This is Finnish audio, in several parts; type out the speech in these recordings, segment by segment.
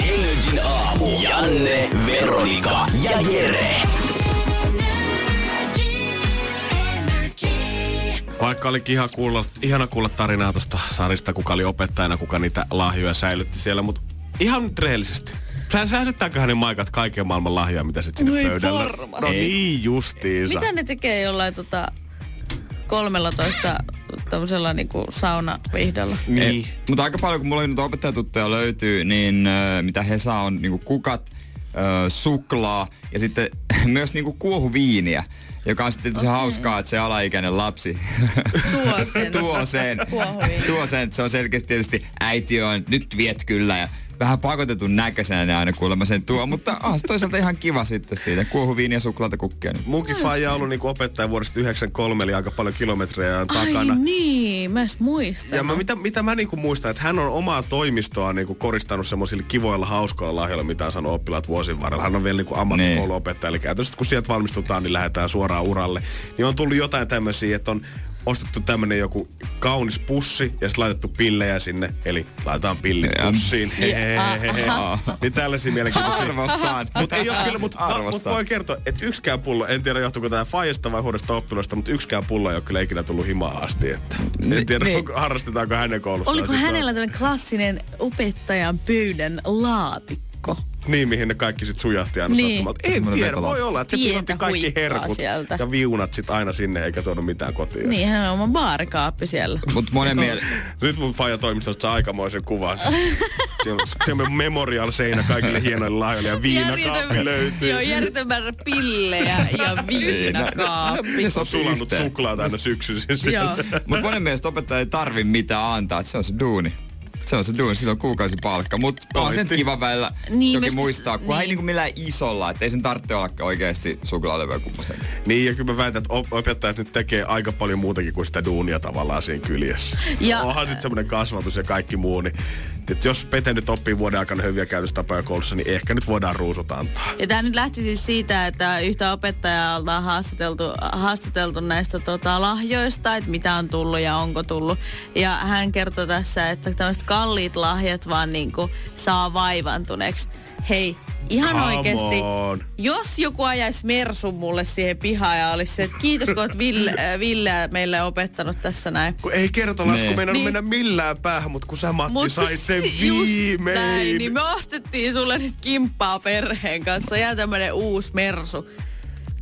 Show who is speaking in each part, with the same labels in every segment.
Speaker 1: Energin aamu. Janne, Veronika ja Jere.
Speaker 2: Vaikka olikin ihan kuulla, ihana kuulla tarinaa tuosta Sarista, kuka oli opettajana, kuka niitä lahjoja säilytti siellä, mutta ihan nyt rehellisesti. Sä- Säilyttääkö hänen maikat kaiken maailman lahjaa, mitä sitten sinne
Speaker 3: No ei
Speaker 2: pöydällä?
Speaker 3: varmasti.
Speaker 2: No niin justiinsa.
Speaker 3: Mitä ne tekee jollain tota 13 tämmöisellä niinku saunavihdolla?
Speaker 2: Niin.
Speaker 4: Ei, mutta aika paljon, kun mulla nyt opettajatutteja löytyy, niin ö, mitä he saa on niinku kukat, ö, suklaa ja sitten myös niinku kuohuviiniä, joka on sitten okay. hauskaa, että se alaikäinen lapsi
Speaker 3: Tuo sen.
Speaker 4: tuo sen.
Speaker 3: Kuohuviiniä.
Speaker 4: tuo sen, että se on selkeästi tietysti äiti on, nyt viet kyllä ja vähän pakotetun näköisenä ne aina kuulemma sen tuo, mutta ah, toisaalta ihan kiva sitten siitä. Kuohuviiniä, suklaata, kukkia. Niin.
Speaker 2: Munkin faija on ollut niinku opettaja vuodesta 93, eli aika paljon kilometrejä on
Speaker 3: Ai
Speaker 2: takana.
Speaker 3: niin, mä en edes muista.
Speaker 2: Ja mä, mitä, mitä mä niinku muistan, että hän on omaa toimistoa niinku koristanut semmoisilla kivoilla, hauskoilla lahjoilla, mitä on saanut oppilaat vuosien varrella. Hän on vielä niinku ammattikouluopettaja, eli käytännössä kun sieltä valmistutaan, niin lähdetään suoraan uralle. Niin on tullut jotain tämmöisiä, että on ostettu tämmönen joku kaunis pussi ja sitten laitettu pillejä sinne. Eli laitetaan pillit pussiin. Hehehehe. niin tällaisia mielenkiintoisia.
Speaker 4: Arvostaan.
Speaker 2: Mutta ei ole kyllä, mutta no, mut voi kertoa, että yksikään pullo, en tiedä johtuuko tämä faijasta vai huonosta oppilaista, mutta yksikään pullo ei ole kyllä ikinä tullut himaan asti. Että, en tiedä,
Speaker 4: niin.
Speaker 2: onko, harrastetaanko hänen koulussaan.
Speaker 3: Oliko
Speaker 2: sitä.
Speaker 3: hänellä tämmöinen klassinen opettajan pöydän laatikko?
Speaker 2: Niin, mihin ne kaikki sit sujahti aina
Speaker 3: Niin.
Speaker 2: niin. En
Speaker 4: Semmoinen
Speaker 2: tiedä,
Speaker 4: vetola.
Speaker 2: voi olla, että se
Speaker 3: Pientä
Speaker 2: pilotti kaikki
Speaker 3: huikkaa
Speaker 2: herkut
Speaker 3: sieltä.
Speaker 2: ja viunat sit aina sinne eikä tuonut mitään kotiin.
Speaker 3: Niin, hänellä on oma baarikaappi siellä.
Speaker 4: Mutta monen mielestä,
Speaker 2: Nyt mun faija toimistosta saa aikamoisen kuvan. Siellä on- siellä on memorial-seinä kaikille hienoille lahjoille ja viinakaappi löytyy.
Speaker 3: Joo, järjetön määrä pillejä ja viinakaappi.
Speaker 4: ne
Speaker 2: On
Speaker 4: sopii
Speaker 2: sulanut
Speaker 4: yhteen.
Speaker 2: suklaata aina syksyisin.
Speaker 3: Joo.
Speaker 4: Mutta monen mielestä opettaja ei tarvi mitään antaa, että se on se duuni. Se on se duuni, sillä on kuukausipalkka, mutta on sen
Speaker 2: Oikeesti.
Speaker 4: kiva välillä
Speaker 3: Niin,
Speaker 4: niin, toki
Speaker 3: myöskin s-
Speaker 4: muistaa, kun niin. ei
Speaker 3: niin.
Speaker 4: niinku millään isolla, että ei sen tarvitse olla oikeasti suklaalevyä kummosen.
Speaker 2: Niin, ja kyllä mä väitän, että op- opettajat nyt tekee aika paljon muutakin kuin sitä duunia tavallaan siinä kyljessä.
Speaker 3: Ja-
Speaker 2: Ja, Onhan sitten semmoinen kasvatus ja kaikki muu, niin et jos Pete nyt oppii vuoden aikana hyviä käytöstapoja koulussa, niin ehkä nyt voidaan ruusut antaa.
Speaker 3: Ja tämä nyt lähti siis siitä, että yhtä opettajaa ollaan haastateltu, haastateltu näistä tota, lahjoista, että mitä on tullut ja onko tullut. Ja hän kertoi tässä, että tämmöiset kalliit lahjat vaan niinku saa vaivantuneeksi. Hei, ihan
Speaker 2: Come
Speaker 3: oikeasti,
Speaker 2: on.
Speaker 3: jos joku ajaisi Mersun mulle siihen pihaan ja olisi se, että kiitos kun oot Ville, äh, Ville meille opettanut tässä näin.
Speaker 2: Kun ei kertolasku
Speaker 4: Niin.
Speaker 2: meinannut
Speaker 3: Niin.
Speaker 2: niin. mennä millään päähän, mutta kun sä Matti
Speaker 3: Mut
Speaker 2: sait sen
Speaker 3: just
Speaker 2: viimein.
Speaker 3: Näin, niin me ostettiin sulle nyt kimppaa perheen kanssa ja tämmönen uusi Mersu.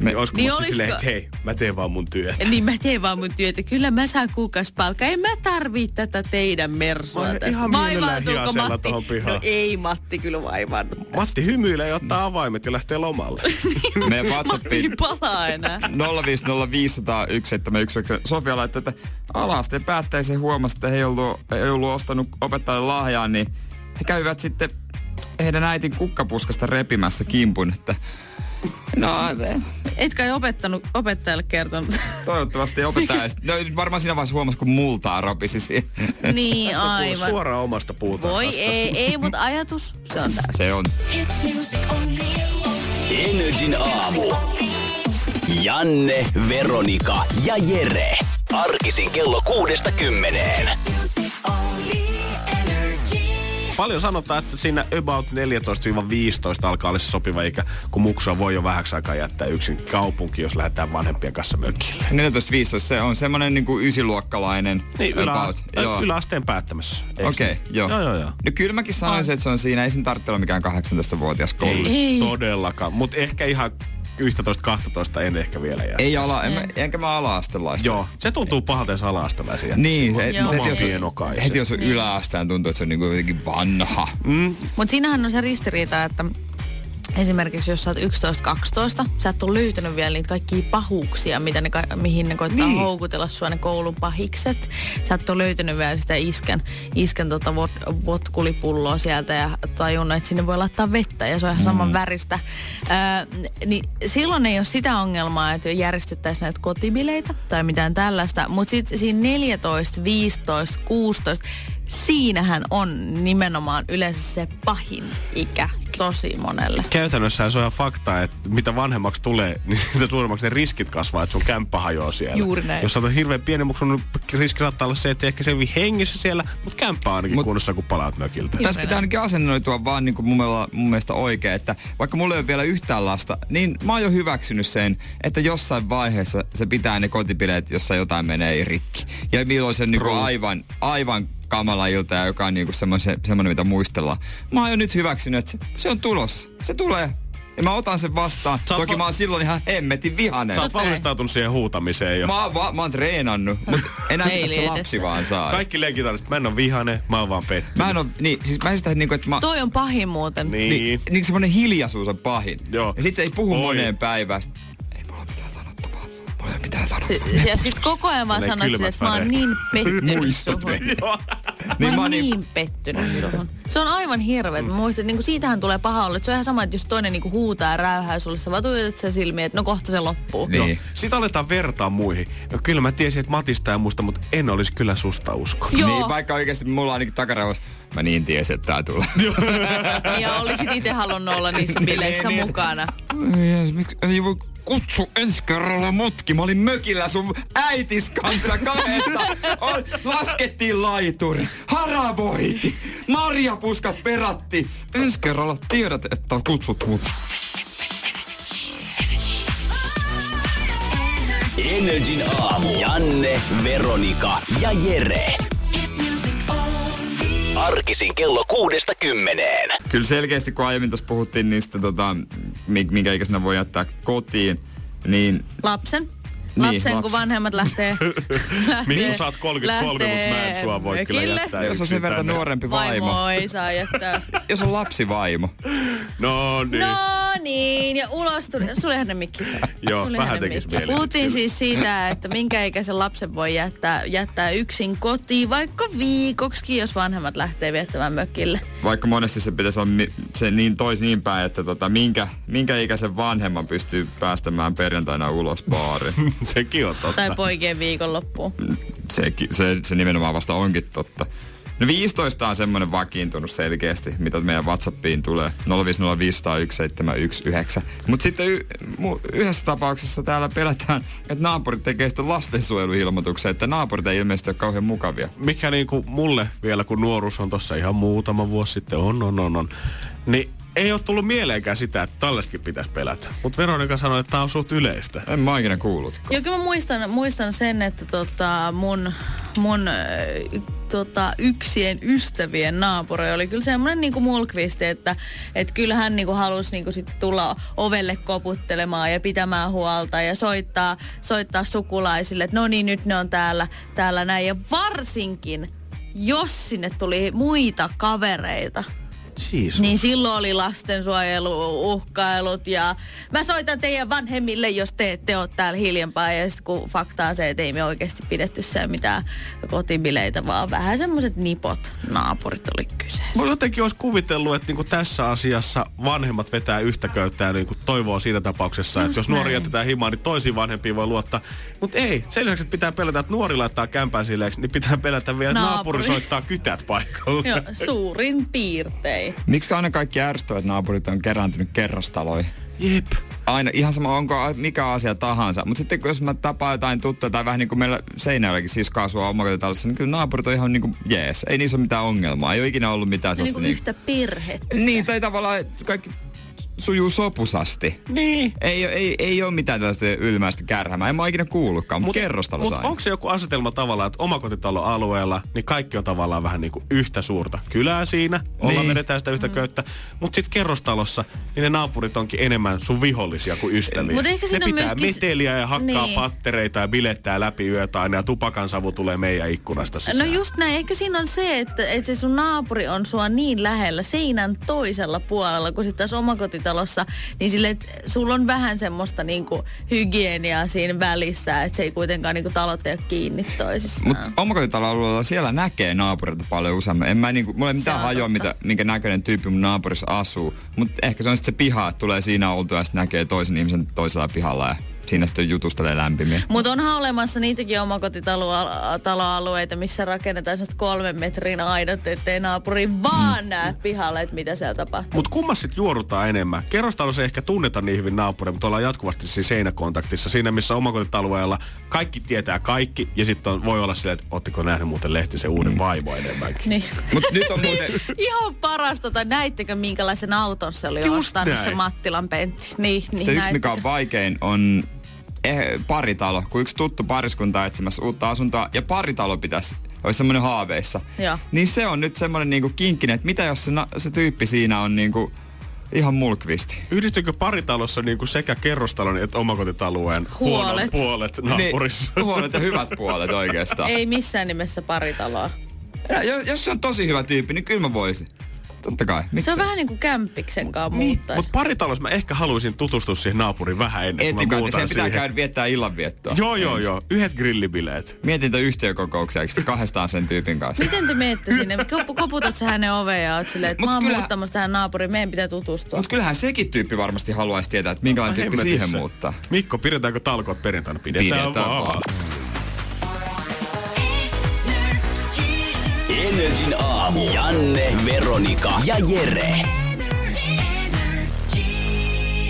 Speaker 2: niin olisiko
Speaker 3: Niin
Speaker 2: niin olisiko... silleen,
Speaker 3: olisiko-
Speaker 2: että hei, mä teen vaan mun työtä.
Speaker 3: Niin mä teen vaan mun työtä. Kyllä mä saan kuukausipalkkaa. En mä tarvii tätä teidän mersua
Speaker 2: Mä
Speaker 3: tästä.
Speaker 2: ihan mielellään hiasella tohon
Speaker 3: Matti?
Speaker 2: pihaan.
Speaker 3: No ei Matti kyllä vaivannu.
Speaker 2: Matti hymyilee ja ottaa avaimet ja lähtee lomalle.
Speaker 4: Meidän
Speaker 3: Matti ei
Speaker 4: WhatsAppiin
Speaker 3: palaa enää.
Speaker 4: 050501719. Sofia laittoi, että alasteen päättäisen huomasi, että he ei ollut, ei ollut ostanut opettajalle lahjaa, niin he kävivät sitten heidän äitin kukkapuskasta repimässä kimpun, että no
Speaker 3: Etkä ei opettanut, opettajalle kertonut.
Speaker 4: Toivottavasti ei opettaja. edes- No varmaan siinä vaiheessa huomasi, kun multaa ropisi siihen.
Speaker 3: niin aivan.
Speaker 2: Suoraan omasta puutaan.
Speaker 3: Voi ei, ei, mutta ajatus, se on täällä.
Speaker 4: Se on.
Speaker 1: Energin aamu. Janne, Veronika ja Jere. Arkisin kello kuudesta kymmeneen.
Speaker 2: Paljon sanotaan, että siinä about 14-15 alkaa olla se sopiva ikä, kun muksua voi jo vähäksi aikaa jättää yksin kaupunki, jos lähdetään vanhempien kanssa mökille.
Speaker 4: 14-15, se on semmonen niinku ysiluokkalainen.
Speaker 2: Niin, ylä,
Speaker 4: about.
Speaker 2: joo.
Speaker 4: Joo.
Speaker 2: yläasteen päättämässä. eikö
Speaker 4: Okei, okay,
Speaker 2: niin?
Speaker 4: joo.
Speaker 2: Joo, joo, joo.
Speaker 4: No kyllä mäkin sanoisin, että se on siinä. Ei sen tarvitse olla mikään 18-vuotias koulu. Ei,
Speaker 3: Ei.
Speaker 2: todellakaan, mutta ehkä ihan 11-12 en ehkä vielä jää.
Speaker 4: ei ala, en, mä- enkä mä ala-astelaista.
Speaker 2: Joo, se tuntuu pahalta, jos ala-astelaisen jättää
Speaker 4: Niin,
Speaker 2: silloin.
Speaker 4: et-
Speaker 3: Joo.
Speaker 4: heti
Speaker 2: Oman
Speaker 4: jos, on-
Speaker 2: pienokaisen.
Speaker 4: heti jos on yläasteen, tuntuu, että se on niinku jotenkin vanha.
Speaker 3: Mutta siinähän on se ristiriita, että esimerkiksi jos sä oot 11-12, sä et ole löytänyt vielä niitä kaikkia pahuuksia, mitä ne, ka- mihin ne koittaa niin. houkutella sua ne koulun pahikset. Sä et ole löytänyt vielä sitä isken, isken tota vot- votkulipulloa sieltä ja tajunnut, että sinne voi laittaa vettä ja se on ihan saman
Speaker 2: Mm.
Speaker 3: väristä. Ää, niin silloin ei ole sitä ongelmaa, että järjestettäisiin näitä kotibileitä tai mitään tällaista, mutta sitten siinä 14, 15, 16, siinähän on nimenomaan yleensä se pahin ikä tosi monelle.
Speaker 2: Käytännössä se on ihan fakta, että mitä vanhemmaksi tulee, niin sitä suuremmaksi ne riskit kasvaa, että sun kämppä hajoaa siellä.
Speaker 3: Juuri näin.
Speaker 2: Jos sä oot hirveän pieni, mutta sun riski saattaa olla se, että ehkä selvi hengissä siellä, mutta kämppä on ainakin
Speaker 4: Mut-
Speaker 2: Mut... kunnossa, kun palaat mökiltä.
Speaker 4: Tässä pitää ainakin asennoitua vaan niin kuin mun, miel- mun mielestä oikein, että vaikka mulla ei ole vielä yhtään lasta, niin mä oon jo hyväksynyt sen, että jossain vaiheessa se pitää ne kotipileet, jossa jotain menee rikki. Ja milloin se on niin kuin aivan, aivan kamala ilta, ja joka on niin kuin semmoinen, semmoinen, mitä muistellaan. Mä oon jo nyt hyväksynyt, että se, se on tulossa. Se tulee. Ja mä otan sen vastaan.
Speaker 2: Sä oot
Speaker 4: Toki
Speaker 2: va-
Speaker 4: mä oon silloin ihan hemmetin vihanen.
Speaker 2: Sä oot
Speaker 3: Totta kai.
Speaker 2: valmistautunut siihen huutamiseen jo.
Speaker 4: Mä oon, va- mä oon treenannut, mutta enää
Speaker 3: Peili
Speaker 4: tästä lapsi
Speaker 3: edessä.
Speaker 4: vaan saa.
Speaker 2: Kaikki leikit on, että mä en oo vihane, mä oon vaan pettynyt.
Speaker 4: Mä en oo, niin, siis mä esitän niinku, että mä...
Speaker 3: Toi on pahin muuten.
Speaker 2: Niin.
Speaker 4: Niin, niin semmonen hiljaisuus on pahin.
Speaker 2: Joo.
Speaker 4: Ja sitten ei puhu
Speaker 2: Oi.
Speaker 4: Oi. moneen päivään. Sit, Ei mulla mitään sanottavaa. Mulla ei ole mitään sanottavaa.
Speaker 3: Si- Ja sit koko ajan vaan
Speaker 2: Tulee
Speaker 3: sanot sille,
Speaker 2: kylmät
Speaker 3: että mä oon
Speaker 2: väreet.
Speaker 3: niin pettynyt
Speaker 4: Muistut
Speaker 3: suhun.
Speaker 2: Joo.
Speaker 3: Mä
Speaker 4: mä
Speaker 3: oon
Speaker 4: oon
Speaker 3: niin pettynyt suhun. Se on aivan hirveä. Mm. Muistat, niin siitähän tulee paha olla. että Se on ihan sama, että jos toinen niin huutaa ja räyhää sulle, sä vaan tuijotat sen silmiin, että no kohta se loppuu.
Speaker 4: Niin.
Speaker 2: Joo. Sitten aletaan vertaa muihin. No kyllä mä tiesin, että Matista ja musta, mutta en olisi kyllä susta uskonut.
Speaker 3: Joo,
Speaker 4: Niin, vaikka oikeasti mulla on ainakin takaraivossa. Mä niin tiesin, että tää tulee.
Speaker 3: ja olisit itse halunnut olla niissä bileissä
Speaker 4: Niin, niin.
Speaker 3: mukana.
Speaker 4: Ei jees, miksi ei voi kutsu ensi kerralla mutki. Mä olin mökillä sun äitis kanssa kahdesta. Ol, laskettiin laituri, haravoiti, marjapuskat peratti. Ensi kerralla tiedät, että kutsut mut.
Speaker 1: Energin aamu. Janne, Veronika ja Jere. Arkisin kello kuudesta kymmeneen.
Speaker 4: Kyllä selkeästi, kun aiemmin tuossa puhuttiin niistä, tota, mi- minkä ikäisenä voi jättää kotiin, niin
Speaker 3: Lapsen.
Speaker 4: Niin,
Speaker 3: Lapsen, kun
Speaker 4: lapsen.
Speaker 3: vanhemmat lähtee... lähtee
Speaker 2: Minun sä oot 33,
Speaker 3: lähtee
Speaker 2: mutta mä en sua voi kyllä
Speaker 3: mökille.
Speaker 2: jättää
Speaker 4: jos on sen
Speaker 2: yksin
Speaker 4: verran
Speaker 2: tänne.
Speaker 4: nuorempi vaimo,
Speaker 3: Vaimo ei saa jättää.
Speaker 4: jos on lapsivaimo,
Speaker 2: No niin.
Speaker 3: No niin, ja ulos tuli. Sulihan ne mikki.
Speaker 2: Joo,
Speaker 3: Sulihan
Speaker 2: vähän
Speaker 3: ne
Speaker 2: tekis
Speaker 3: mikki.
Speaker 2: mieli nyt
Speaker 3: Puhuttiin
Speaker 2: kyllä.
Speaker 3: siis siitä, että minkä ikäisen lapsen voi jättää, jättää yksin kotiin, vaikka viikoksi, jos vanhemmat lähtee viettämään mökille.
Speaker 4: vaikka monesti se pitäisi olla mi- se niin tois niin päin, että tota, minkä, minkä ikäisen vanhemman pystyy päästämään perjantaina ulos baariin.
Speaker 2: Sekin on totta.
Speaker 3: Tai poikien viikonloppuun.
Speaker 4: se, se, se nimenomaan vasta onkin totta. No 15 on semmoinen vakiintunut selkeästi, mitä meidän Whatsappiin tulee. 050501719. Mutta sitten y- mu- yhdessä tapauksessa täällä pelätään, että naapurit tekee sitten lastensuojeluilmoituksen, että naapurit ei ilmeisesti ole kauhean mukavia.
Speaker 2: mikä niinku mulle vielä, kun nuoruus on tossa ihan muutama vuosi sitten, on, on, on, on, niin ei ole tullut mieleenkään sitä, että tällaistakin pitäisi pelätä. Mutta Veronika sanoi, että tämä on suht yleistä.
Speaker 4: En mä oon ikinä kuullut.
Speaker 3: Joo, kyllä mä muistan, muistan sen, että tota mun, mun äh, tota, yksien ystävien naapuri oli kyllä semmoinen niinku mulkvisti, että et kyllä hän niinku halusi niinku sit tulla ovelle koputtelemaan ja pitämään huolta ja soittaa, soittaa sukulaisille, että no niin, nyt ne on täällä, täällä näin. Ja varsinkin, jos sinne tuli muita kavereita,
Speaker 2: Jeesus.
Speaker 3: niin silloin oli lastensuojeluuhkailut ja mä soitan teidän vanhemmille, jos te ette ole täällä hiljempaa. Ja sitten kun fakta on se, että ei me oikeasti pidetty se mitään kotibileitä, vaan vähän semmoiset nipot naapurit oli kyseessä.
Speaker 2: Mä jotenkin olisi kuvitellut, että niinku tässä asiassa vanhemmat vetää yhtä köyttä ja niinku toivoa siinä tapauksessa,
Speaker 3: Just
Speaker 2: että jos nuori
Speaker 3: näin.
Speaker 2: jätetään himaan, niin toisiin vanhempiin voi luottaa. Mutta ei, sen lisäksi, että pitää pelätä, että nuori laittaa kämpään sileeksi, niin pitää pelätä vielä, että naapuri
Speaker 3: Naapuri.
Speaker 2: soittaa kytät paikalle.
Speaker 3: Joo, suurin piirtein.
Speaker 4: Miksi aina kaikki ärsyttävät naapurit on kerääntynyt kerrostaloihin?
Speaker 2: Jep.
Speaker 4: aina ihan sama onko a- mikä asia tahansa. Mutta sitten kun jos mä tapaan jotain tuttua tai vähän niin kuin meillä Seinäjoellakin siskaa sua omakotitalossa, niin kyllä naapurit on ihan niin kuin jees. Ei niissä ole mitään ongelmaa. Ei ole ikinä ollut mitään
Speaker 3: Se on
Speaker 4: sellaista.
Speaker 3: niinku
Speaker 4: Niin,
Speaker 3: yhtä perhettä.
Speaker 4: niin, tai tavallaan et kaikki sujuu sopusasti.
Speaker 2: Niin.
Speaker 4: Ei, oo- ei, ei ole mitään tällaista ylmäistä kärhämää. En mä oon ikinä kuullutkaan, mutta kerrostalo
Speaker 2: Mutta
Speaker 4: sain.
Speaker 2: onko se joku asetelma tavallaan, että omakotitalon alueella, niin kaikki on tavallaan vähän niin kuin yhtä suurta kylää siinä, ollaan
Speaker 4: Niin.
Speaker 2: vedetään sitä
Speaker 3: Mm.
Speaker 2: yhtä köyttä, mutta sitten kerrostalossa, niin ne naapurit onkin enemmän sun vihollisia kuin ystäviä.
Speaker 3: Mut ehkä
Speaker 2: ne
Speaker 3: siinä on
Speaker 2: pitää
Speaker 3: myöskin s-
Speaker 2: meteliä ja hakkaa
Speaker 3: Niin.
Speaker 2: pattereita ja bilettää läpi yötä aina ja tupakan savu tulee meidän ikkunasta sisään.
Speaker 3: No just näin. Ehkä siinä on se, että, että se sun naapuri on sua niin lähellä seinän toisella puolella, kun sitten taas omakoti omakotitalossa, niin sille, että sulla on vähän semmoista niinku hygieniaa siinä välissä, että se ei kuitenkaan niinku talot ei ole kiinni toisissaan.
Speaker 4: Mutta omakotitaloalueella siellä näkee naapureita paljon useammin. En mä niinku, mulla ei mitään
Speaker 3: on
Speaker 4: hajoa,
Speaker 3: totta.
Speaker 4: mitä, minkä näköinen tyyppi mun naapurissa asuu. Mutta ehkä se on sitten se piha, että tulee siinä oltua ja sitten näkee toisen ihmisen toisella pihalla ja siinä sitten jutustelee lämpimiä.
Speaker 3: Mutta onhan olemassa niitäkin omakotitaloalueita, missä rakennetaan sellaiset kolmen metrin aidat, ettei naapuri vaan näe pihalle, että mitä siellä tapahtuu.
Speaker 2: Mutta kummas sit juorutaan enemmän? Kerrostalossa ei ehkä tunneta niin hyvin naapureita, mutta ollaan jatkuvasti siinä seinäkontaktissa. Siinä, missä omakotitalueella kaikki tietää kaikki, ja sitten voi olla silleen, että ootteko nähnyt muuten lehtisen uuden mm. vaimo enemmänkin.
Speaker 3: Niin.
Speaker 4: Mutta nyt on muuten...
Speaker 3: Ihan parasta, tai näittekö minkälaisen auton se oli
Speaker 2: Just
Speaker 3: ostanut
Speaker 2: näin.
Speaker 3: se Mattilan Pentti. Niin, niin
Speaker 4: Sitten yksi,
Speaker 3: näittekö?
Speaker 4: mikä on vaikein, on eh, paritalo. Kun yksi tuttu pariskunta on etsimässä uutta asuntoa ja paritalo pitäisi, olisi semmoinen haaveissa.
Speaker 3: Joo.
Speaker 4: Niin se on nyt semmoinen niinku kinkkinen, että mitä jos se, na- se tyyppi siinä on niinku ihan mulkvisti.
Speaker 2: Yhdistyykö paritalossa niinku sekä kerrostalon että omakotitalueen
Speaker 3: Huolet.
Speaker 2: huonot puolet naapurissa?
Speaker 4: Niin, huonot ja hyvät puolet oikeastaan.
Speaker 3: Ei missään nimessä paritaloa.
Speaker 4: Ja, jo- jos se on tosi hyvä tyyppi, niin kyllä mä voisin. Totta kai.
Speaker 3: Se
Speaker 4: miksei?
Speaker 3: on vähän niin kuin kämppiksen kanssa
Speaker 4: Niin,
Speaker 2: Mutta
Speaker 3: muuttaisi.
Speaker 2: Niin, paritalossa mä ehkä haluaisin tutustua siihen naapuriin vähän ennen kuin mä
Speaker 4: Etikö, että
Speaker 2: muutan
Speaker 4: sen pitää
Speaker 2: siihen.
Speaker 4: käydä viettää illanviettoa.
Speaker 2: Joo, joo, joo. Yhdet grillibileet.
Speaker 4: Mietin tätä yhtiökokouksia, eikö sitten kahdestaan sen tyypin kanssa.
Speaker 3: Miten te menette sinne? Kop- Koputat sä hänen oveen ja oot silleen, että
Speaker 4: Mut
Speaker 3: mä oon
Speaker 4: kyllä-
Speaker 3: muuttamassa tähän naapuriin, meidän pitää tutustua.
Speaker 4: Mutta kyllähän sekin tyyppi varmasti haluaisi tietää, että minkälainen tyyppi
Speaker 2: Hemmetissä.
Speaker 4: siihen muuttaa.
Speaker 2: Mikko, pidetäänkö talkoot perjantaina? Pidetään,
Speaker 4: Pidetään vaan.
Speaker 1: Energin aamu. Janne, Veronika ja Jere.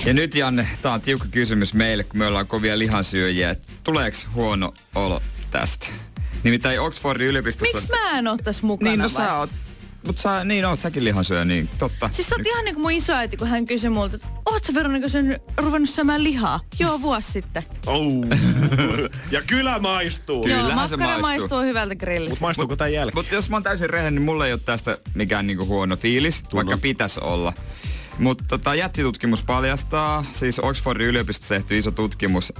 Speaker 4: Ja nyt Janne, tää on tiukka kysymys meille, kun me ollaan kovia lihansyöjiä. että Tuleeko huono olo tästä? Nimittäin Oxfordin yliopistossa...
Speaker 3: Miksi mä en ottais mukana?
Speaker 4: Niin, no
Speaker 3: vai?
Speaker 4: sä oot... Mut sä, niin oot säkin lihansyöjä, niin totta.
Speaker 3: Siis sä oot ihan niin kuin mun isoäiti, kun hän kysyi multa, että oot sä Veronika syönyt, ruvennut syömään lihaa? Joo, vuosi sitten.
Speaker 2: Oh. ja kyllä maistuu.
Speaker 4: Kyllä.
Speaker 3: Joo,
Speaker 4: Kyllähän se
Speaker 3: makkara
Speaker 4: maistuu.
Speaker 3: maistuu hyvältä grillistä.
Speaker 2: Mut maistuuko tämän jälkeen?
Speaker 4: Mutta jos mä oon täysin rehellinen, niin mulla ei ole tästä mikään niinku huono fiilis, vaikka pitäisi olla. Mutta tota, jättitutkimus paljastaa, siis Oxfordin yliopistossa tehty iso tutkimus,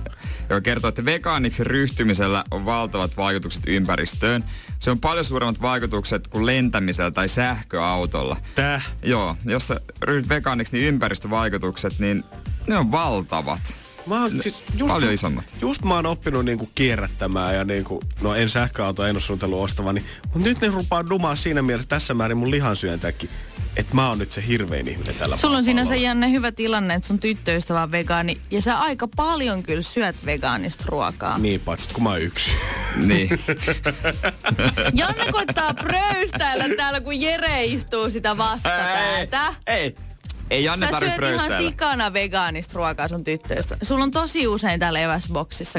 Speaker 4: joka kertoo, että vegaaniksi ryhtymisellä on valtavat vaikutukset ympäristöön. Se on paljon suuremmat vaikutukset kuin lentämisellä tai sähköautolla.
Speaker 2: Täh.
Speaker 4: Joo, jos sä ryhdyt vegaaniksi, niin ympäristövaikutukset, niin ne on valtavat.
Speaker 2: Mä oon, siis just,
Speaker 4: Paljon isommat.
Speaker 2: Just mä oon oppinut niinku kierrättämään ja niinku, no en sähköautoa, en oo suunnitellut ostavani. Mut nyt ne rupaa dumaa siinä mielessä tässä määrin mun lihansyöntäkin, että mä oon nyt se hirvein ihminen tällä
Speaker 3: Sulla on sinänsä
Speaker 2: maapallolla.
Speaker 3: Janne hyvä tilanne, että sun tyttöystävä on vegaani ja sä aika paljon kyllä syöt vegaanista ruokaa.
Speaker 2: Niin, paitsi kun mä oon yksi.
Speaker 4: Niin.
Speaker 3: Janne koittaa pröystäillä täällä, kun Jere istuu sitä vastapäätä.
Speaker 4: ei, ei Janne
Speaker 3: Sä
Speaker 4: tarvitse
Speaker 3: syöt ihan
Speaker 4: pröystäillä.
Speaker 3: sikana vegaanista ruokaa sun tyttöistä. Sulla on tosi usein täällä eväsboksissa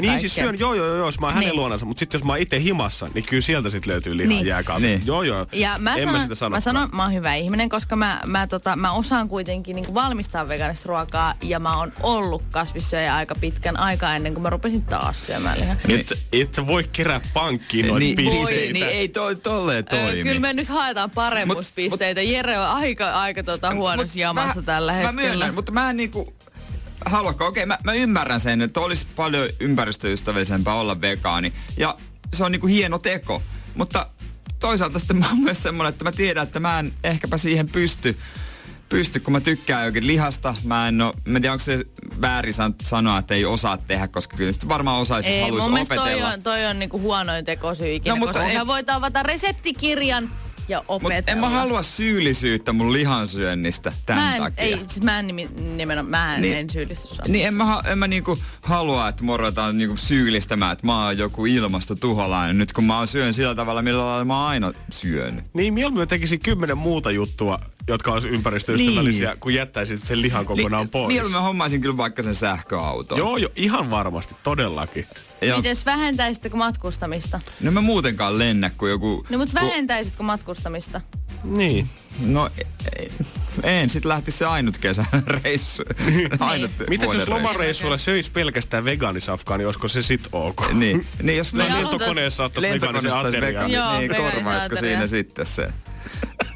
Speaker 2: niin
Speaker 3: kaikkea.
Speaker 2: siis syön, joo joo joo, jos mä oon hänen
Speaker 3: Niin.
Speaker 2: luonansa, mutta sitten jos mä oon itse himassa, niin kyllä sieltä sit löytyy lihaa
Speaker 3: Niin.
Speaker 2: niin. jääkaapista.
Speaker 4: Niin.
Speaker 2: Joo joo,
Speaker 3: Ja mä
Speaker 2: en
Speaker 3: sanon,
Speaker 2: mä sitä sano.
Speaker 3: mä sanon, mä oon hyvä ihminen, koska mä, mä, tota, mä osaan kuitenkin niin valmistaa vegaanista ruokaa ja mä oon ollut kasvissyöjä aika pitkän aikaa ennen kuin mä rupesin taas syömään lihaa.
Speaker 2: et, et sä voi kerää pankkiin noita
Speaker 4: Niin,
Speaker 2: pisteitä.
Speaker 4: niin, niin ei toi, tolleen
Speaker 3: Öö,
Speaker 4: toimi.
Speaker 3: Kyllä me nyt haetaan paremmuuspisteitä. Jere on aika, aika tota
Speaker 4: Mut
Speaker 3: huonossa jamassa
Speaker 4: mä-
Speaker 3: tällä
Speaker 4: Mä
Speaker 3: hetkellä.
Speaker 4: myönnän, mutta mä en niinku... Haluatko? Okei, mä, mä ymmärrän sen, että olisi paljon ympäristöystävällisempää olla vegaani. Ja se on niinku hieno teko. Mutta toisaalta sitten mä oon myös semmoinen, että mä tiedän, että mä en ehkäpä siihen pysty. Pysty, kun mä tykkään jokin lihasta. Mä en oo, mä en tiedä, onko se väärin san- sanoa, että ei osaa tehdä, koska kyllä sitten varmaan osaisi, jos
Speaker 3: Ei, mun
Speaker 4: haluaisi
Speaker 3: mielestä toi
Speaker 4: opetella.
Speaker 3: on, toi on niinku huonoin tekosyy ikinä,
Speaker 4: No,
Speaker 3: no,
Speaker 4: mutta
Speaker 3: koska
Speaker 4: ei-
Speaker 3: sä voit avata reseptikirjan ja
Speaker 4: Mut
Speaker 3: opetella.
Speaker 4: en mä halua syyllisyyttä mun lihansyönnistä tämän
Speaker 3: mä en,
Speaker 4: takia.
Speaker 3: Ei, siis mä en nimi- nimenomaan, mä en,
Speaker 4: Niin-
Speaker 3: niin, en syyllisty sua.
Speaker 4: Niin en mä, ha- en mä niinku halua, että morotaan niinku syyllistämään, että mä oon joku ilmastotuholainen nyt kun mä syön sillä tavalla, millä lailla mä oon aina syön.
Speaker 2: Niin, mieluummin mä tekisin kymmenen muuta juttua, jotka olisi ympäristöystävällisiä,
Speaker 4: Niin.
Speaker 2: kun jättäisit sen lihan kokonaan pois.
Speaker 4: mä hommaisin kyllä vaikka sen sähköauton.
Speaker 2: Joo, joo, ihan varmasti, todellakin.
Speaker 4: Ja,
Speaker 3: Mites vähentäisittekö matkustamista?
Speaker 4: no mä muutenkaan lennä kuin joku...
Speaker 3: No mut
Speaker 4: ku-
Speaker 3: vähentäisitkö matkustamista?
Speaker 2: Niin.
Speaker 4: No e- e- en, sit lähti se ainut kesä reissu.
Speaker 3: Niin.
Speaker 4: ainut
Speaker 2: Mitäs jos
Speaker 4: vuoden
Speaker 2: lomareissulla söisi pelkästään vegaanisafkaa, niin olisiko se sit ok?
Speaker 4: reissu. Niin, niin jos
Speaker 3: No
Speaker 2: Tai
Speaker 3: joo.
Speaker 4: lento-
Speaker 2: lentokoneessa ottaisi vegaanisen
Speaker 4: lentokoneesta olisi
Speaker 2: aterian.
Speaker 4: vegaani,
Speaker 2: Niin.
Speaker 3: Joo,
Speaker 4: niin
Speaker 3: vegaaninen
Speaker 4: korvaisiko
Speaker 3: ateria.
Speaker 4: siinä sitten se?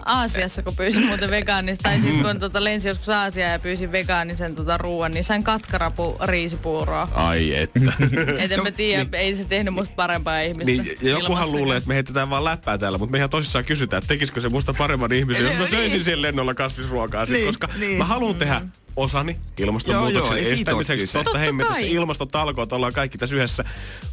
Speaker 3: Aasiassa, kun pyysin muuten vegaanista, tai siis kun tota, lensin joskus Aasiaan ja pyysin vegaanisen tota, ruoan, niin sain katkarapu riisipuuroa.
Speaker 2: Ai että.
Speaker 3: Et
Speaker 4: No,
Speaker 3: en mä tiedä, ei se tehnyt musta parempaa ihmistä.
Speaker 2: niin, ja jokuhan
Speaker 3: Ilmassakin.
Speaker 2: luulee, että me heitetään vaan läppää täällä, mutta me ihan tosissaan kysytään, että tekisikö se musta paremman ihmisen, jos mä söisin sen lennolla kasvisruokaa. Sit,
Speaker 4: Niin,
Speaker 2: koska
Speaker 4: niin.
Speaker 2: mä haluan tehdä osani ilmastonmuutoksen
Speaker 4: Joo, joo, ei siitä ole
Speaker 2: estämiseksi.
Speaker 4: kyse.
Speaker 2: Totta
Speaker 3: Totta
Speaker 2: hemmetissä
Speaker 3: kai.
Speaker 2: ilmastotalkoot, ollaan kaikki tässä yhdessä.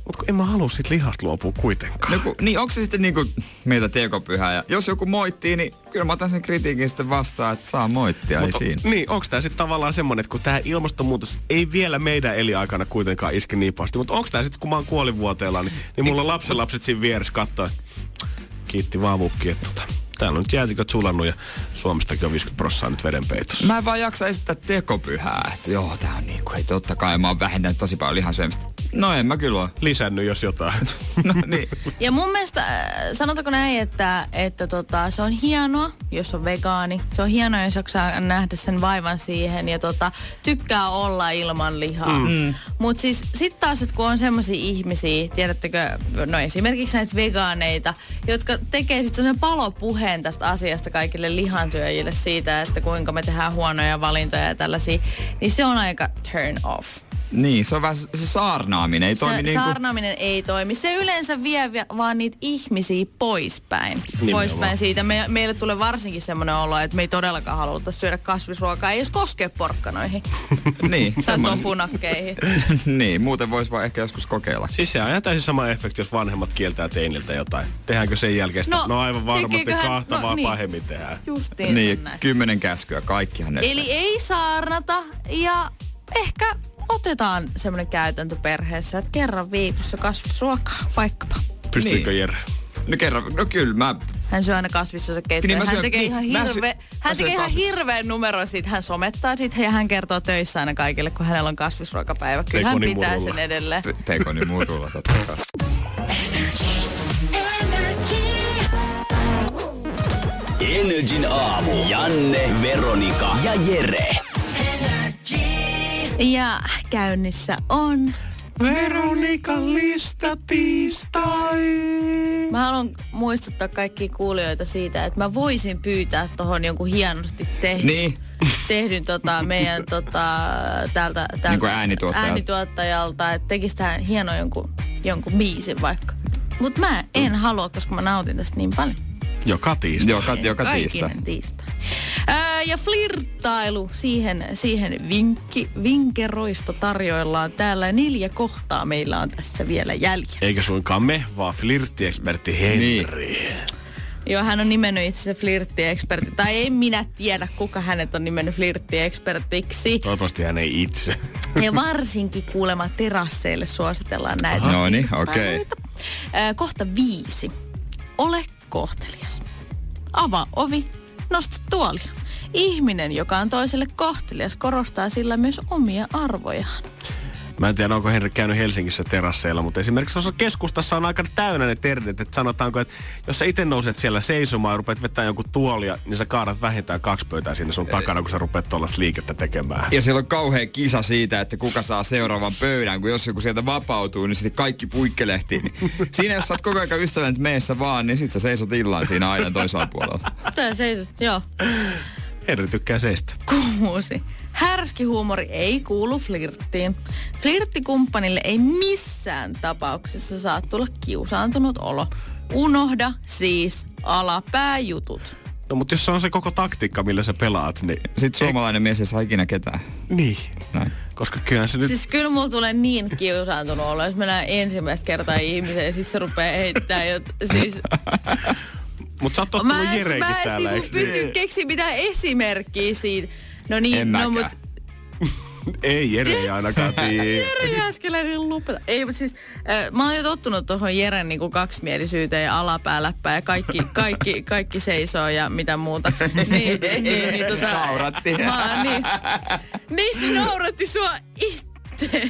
Speaker 2: Mutta en mä halua sit lihasta luopua kuitenkaan.
Speaker 4: No, kun, niin onko se sitten niinku meitä tekopyhää? Ja jos joku moittii, niin kyllä mä otan sen kritiikin sitten vastaan, että saa moittia, ei
Speaker 2: Mut-
Speaker 4: siinä.
Speaker 2: Niin, onko tämä sitten tavallaan semmoinen, että kun tämä ilmastonmuutos ei vielä meidän eliaikana kuitenkaan iske niin pahasti, mutta onko tämä sitten, kun mä oon kuolinvuoteella, niin, niin mulla on lapsenlapset siinä vieressä katsoa, että kiitti vaan mukki, että tota, täällä on nyt jäätiköt sulannut ja Suomestakin on 50 prosenttia nyt vedenpeitossa.
Speaker 4: Mä en vaan jaksa esittää tekopyhää, että joo, tää on niinku, ei totta kai, mä oon vähentänyt tosi paljon lihansyömistä. No en mä kyllä oo.
Speaker 2: Lisännyt jos jotain.
Speaker 4: No niin.
Speaker 3: Ja mun mielestä, äh, sanotaanko näin, että, että tota, se on hienoa, jos on vegaani. Se on hienoa, jos jaksaa nähdä sen vaivan siihen ja tota, tykkää olla ilman lihaa. Mm. Mutta siis sit taas, että kun on semmoisia ihmisiä, tiedättekö, no esimerkiksi näitä vegaaneita, jotka tekee sitten semmoisen palopuheen tästä asiasta kaikille lihansyöjille siitä, että kuinka me tehdään huonoja valintoja ja tällaisia, niin se on aika turn off
Speaker 4: niin, se on vähän se saarnaaminen, ei toimi
Speaker 3: se
Speaker 4: niinku...
Speaker 3: saarnaaminen ei toimi. Se yleensä vie vi- vaan niitä ihmisiä poispäin.
Speaker 2: Nimenomaan.
Speaker 3: Poispäin siitä. Me, meille tulee varsinkin semmoinen olo, että me ei todellakaan haluta syödä kasvisruokaa. Ei edes koske porkkanoihin.
Speaker 4: niin,
Speaker 3: Sä
Speaker 4: semmonen-
Speaker 3: tofunakkeihin.
Speaker 4: niin, muuten vois vaan ehkä joskus kokeilla.
Speaker 2: Siis se on täysin sama efekti, jos vanhemmat kieltää teiniltä jotain. Tehdäänkö sen jälkeen sitä? No,
Speaker 3: No,
Speaker 2: no aivan varmasti
Speaker 3: tekeeköhän-
Speaker 2: kahta
Speaker 3: no
Speaker 2: vaan
Speaker 3: niin.
Speaker 2: pahemmin tehdään.
Speaker 3: Justiin
Speaker 4: Niin,
Speaker 3: näin.
Speaker 4: kymmenen käskyä, kaikkihan ne.
Speaker 3: Siis- Eli ei saarnata ja ehkä otetaan semmoinen käytäntö perheessä, että kerran viikossa kasvisruokaa vaikkapa.
Speaker 2: Pystyykö
Speaker 4: Niin.
Speaker 2: niin. Jere?
Speaker 4: No kerran, no kyllä mä...
Speaker 3: Hän syö aina kasvissosa
Speaker 4: Niin,
Speaker 3: keittoa. Niin
Speaker 4: mä
Speaker 3: hän
Speaker 4: syön-
Speaker 3: tekee
Speaker 4: niin,
Speaker 3: ihan,
Speaker 4: mä syön-
Speaker 3: hirve,
Speaker 4: mä
Speaker 3: hän
Speaker 4: syön
Speaker 3: tekee ihan
Speaker 4: kasvis-
Speaker 3: hirveän numero siitä. Hän somettaa siitä ja hän kertoo töissä aina kaikille, kun hänellä on kasvisruokapäivä. Kyllä hän
Speaker 2: Pekonin
Speaker 3: pitää
Speaker 2: murulla.
Speaker 3: sen edelleen.
Speaker 4: Pe- Pekoni murulla totta kai.
Speaker 1: Energin aamu. Janne, Veronika ja Jere.
Speaker 3: Ja käynnissä on.
Speaker 2: Veronikan lista tiistai.
Speaker 3: Mä haluan muistuttaa kaikkia kuulijoita siitä, että mä voisin pyytää tohon jonkun hienosti tehdyn.
Speaker 4: Niin.
Speaker 3: tehdyn tota, meidän tota, täältä, täältä
Speaker 4: Niin kuin äänituottajalta.
Speaker 3: äänituottajalta, että tekisi tähän hieno jonkun, jonkun biisin vaikka. Mutta mä en halua, koska mä nautin tästä niin paljon.
Speaker 2: Joka tiistai.
Speaker 4: Joka, joka tiistai.
Speaker 3: Kaikinen tiistai. Ää, ja flirttailu, siihen, siihen vinkki, vinkeroista tarjoillaan täällä. Neljä kohtaa meillä on tässä vielä jäljellä.
Speaker 2: Eikä suinkaan me, vaan flirttiekspertti Henri. Niin.
Speaker 3: Joo, hän on nimennyt itsensä flirttiekspertti. Tai ei minä tiedä, kuka hänet on nimennyt flirttiekspertiksi.
Speaker 2: Toivottavasti hän ei itse.
Speaker 3: Ja varsinkin kuulemma terasseille suositellaan näitä.
Speaker 4: No niin, okei.
Speaker 3: Paita. Ää, Kohta viisi. Ole kohtelias. Avaa ovi, nosta tuoli. Ihminen, joka on toiselle kohtelias, korostaa sillä myös omia arvojaan.
Speaker 2: Mä en tiedä, onko Henri käynyt Helsingissä terasseilla, mutta esimerkiksi tuossa keskustassa on aika täynnä ne tervit, että sanotaanko, että jos sä itse nouset siellä seisomaan ja rupeat vetämään jonkun tuolia, niin sä kaadat vähintään kaksi pöytää sinne sun takana, kun sä rupeat tuollaista liikettä tekemään.
Speaker 4: Ja siellä on kauhea kisa siitä, että kuka saa seuraavan pöydän, kun jos joku sieltä vapautuu, niin sitten kaikki puikkelehtii. Niin siinä jos sä oot koko ajan ystävän meessä vaan, niin sit sä seisot illan siinä aina toisella puolella.
Speaker 3: Tää seisot, joo.
Speaker 2: Henri tykkää seistä.
Speaker 3: Kuusi. Härski huumori ei kuulu flirttiin. Flirttikumppanille ei missään tapauksessa saa tulla kiusaantunut olo. Unohda siis alapääjutut.
Speaker 2: No mutta jos se on se koko taktiikka, millä sä pelaat, niin...
Speaker 4: Sitten suomalainen mies ei saa ikinä ketään.
Speaker 2: Niin.
Speaker 4: Näin.
Speaker 2: Koska kyllähän se nyt...
Speaker 3: Siis kyllä mulla tulee niin kiusaantunut olla, jos mä näen ensimmäistä kertaa ihmisen ja siis se rupeaa heittää jot... Siis,
Speaker 2: Mut sä oot
Speaker 3: mä
Speaker 2: tottunut
Speaker 3: en,
Speaker 2: Jerenkin
Speaker 3: mä en
Speaker 2: täällä,
Speaker 3: niinku
Speaker 2: eikö niin?
Speaker 3: pysty keksiä mitään esimerkkiä siitä. No
Speaker 4: En
Speaker 3: niin, no
Speaker 4: mäkään.
Speaker 3: mut
Speaker 2: Ei Jere ei ainakaan tiedä.
Speaker 3: Jere Jääskeläinen lopeta. Ei, mutta siis äh, mä oon jo tottunut tuohon Jeren niinku kaksimielisyyteen ja alapääläppään ja kaikki, kaikki, kaikki seisoo ja mitä muuta. Niin, niin, niin tota,
Speaker 4: Nauratti.
Speaker 3: Mä, oon niin, niin se nauratti sua itse.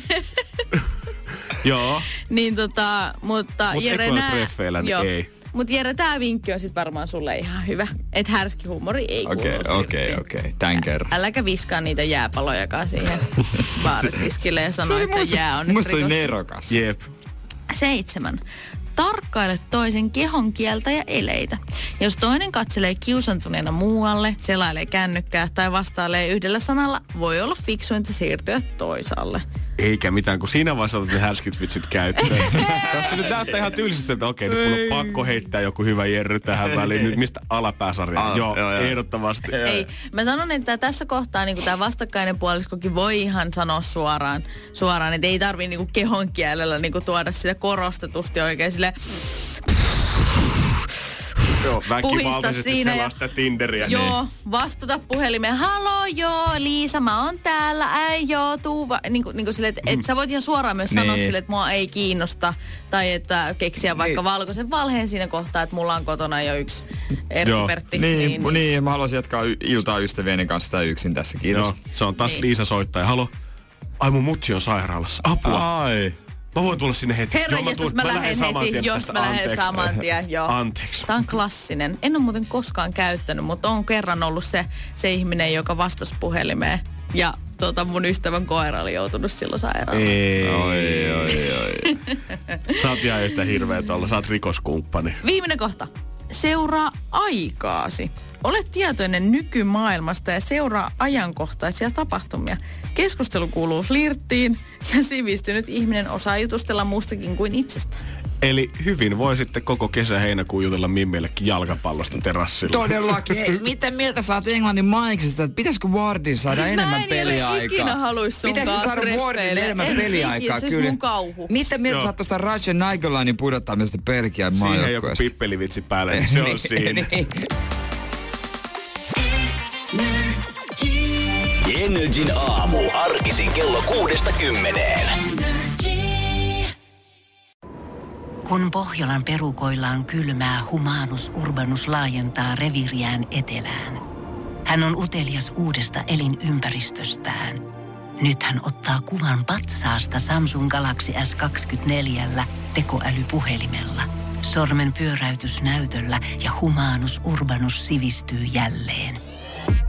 Speaker 2: Joo.
Speaker 3: Niin tota, mutta
Speaker 2: Mut
Speaker 3: Jere
Speaker 2: ekoilla
Speaker 3: nää-
Speaker 2: treffeillä niin
Speaker 3: joo.
Speaker 2: ei.
Speaker 3: Mut Jere, tää vinkki on sit varmaan sulle ihan hyvä. Et härski huumori ei kuulu
Speaker 4: Okei,
Speaker 3: flirttiin.
Speaker 4: okei, okei. Tän kerran.
Speaker 3: Äläkä viskaa niitä jääpalojakaan siihen baaritiskille ja sano, että jää on nyt
Speaker 4: Musta se oli
Speaker 3: rikottu.
Speaker 4: nerokas.
Speaker 2: Jep.
Speaker 3: Seitsemän. Tarkkaile toisen kehon kieltä ja eleitä. Jos toinen katselee kiusantuneena muualle, selailee kännykkää tai vastailee yhdellä sanalla, voi olla fiksuinta siirtyä toisaalle.
Speaker 2: Eikä mitään, kun siinä vaiheessa otat ne härskit vitsit käyttöön. Jos se nyt näyttää ihan tylsistä, että okei, nyt mulla on pakko heittää joku hyvä jerry tähän väliin. Nyt mistä alapääsarja?
Speaker 5: Al-
Speaker 2: joo,
Speaker 5: joo,
Speaker 2: joo,
Speaker 5: joo.
Speaker 2: ehdottomasti.
Speaker 3: Ei, mä sanon, että tässä kohtaa niin tämä vastakkainen puoliskokin voi ihan sanoa suoraan, suoraan että ei tarvi niin kehon kielellä niin tuoda sitä korostetusti oikein sille
Speaker 2: Joo,
Speaker 3: Puhista
Speaker 2: väkivaltaisesti
Speaker 3: siinä ja-
Speaker 2: sellaista Tinderiä. Niin.
Speaker 3: Joo, vastata puhelimeen, haloo joo, Liisa, mä oon täällä, ei joo, tuu va-. Niin kuin, niin kuin sille, että et sä voit ihan suoraan myös sanoa
Speaker 5: Niin.
Speaker 3: sille, että mua ei kiinnosta, tai että keksiä vaikka valkoisen valheen siinä kohtaa, että mulla on kotona jo yksi ekspertti.
Speaker 4: Niin, niin, niin, mä haluaisin jatkaa y- iltaa ystävieni kanssa tai yksin tässä. Kiitos.
Speaker 2: Joo, se on taas
Speaker 3: Niin.
Speaker 2: Liisa soittaja. Halo? Ai mun mutsi on sairaalassa. Apua.
Speaker 4: Ai.
Speaker 2: Mä voin tulla sinne heti.
Speaker 3: Herra jestas, mä, lähden
Speaker 2: saman tien
Speaker 3: heti, jos
Speaker 2: tästä.
Speaker 3: mä lähden
Speaker 2: Anteeksi.
Speaker 3: saman tien, joo.
Speaker 2: Anteeksi.
Speaker 3: Tämä on klassinen. En ole muuten koskaan käyttänyt, mutta on kerran ollut se, se ihminen, joka vastasi puhelimeen. Ja tota, mun ystävän koira oli joutunut silloin sairaalaan.
Speaker 2: Ei.
Speaker 4: Oi, oi, oi.
Speaker 2: Sä oot ihan yhtä hirveä tuolla. Sä oot rikoskumppani.
Speaker 3: Viimeinen kohta. Seuraa aikaasi. Ole tietoinen nykymaailmasta ja seuraa ajankohtaisia tapahtumia. Keskustelu kuuluu flirttiin ja sivistynyt ihminen osaa jutustella muustakin kuin itsestään.
Speaker 2: Eli hyvin voi sitten koko kesä heinäkuun jutella Mimmillekin jalkapallosta terassilla.
Speaker 5: Todellakin. Ei, Mitä mieltä sä oot Englannin maiksista? että Pitäisikö Wardin saada
Speaker 3: Siis mä
Speaker 5: enemmän
Speaker 3: en
Speaker 5: peliaikaa?
Speaker 3: ikinä haluis sun
Speaker 5: Pitäisikö
Speaker 3: kanssa
Speaker 5: saada Wardin
Speaker 3: treffeille.
Speaker 5: enemmän
Speaker 3: En
Speaker 5: peliaikaa?
Speaker 3: ikinä, se olisi mun kauhu.
Speaker 5: Mitä mieltä
Speaker 2: Joo.
Speaker 5: sä oot tuosta Roger Nigelainin pudottamista Belgian
Speaker 2: Siihen joku
Speaker 5: maajoukkueesta?
Speaker 2: pippelivitsi päälle, niin se on siinä.
Speaker 5: Niin.
Speaker 1: Energin aamu. Arkisin kello kuudesta kymmeneen.
Speaker 6: Kun Pohjolan perukoillaan kylmää, humanus urbanus laajentaa reviriään etelään. Hän on utelias uudesta elinympäristöstään. Nyt hän ottaa kuvan patsaasta Samsung Galaxy S24 tekoälypuhelimella. Sormen pyöräytys näytöllä ja humanus urbanus sivistyy jälleen.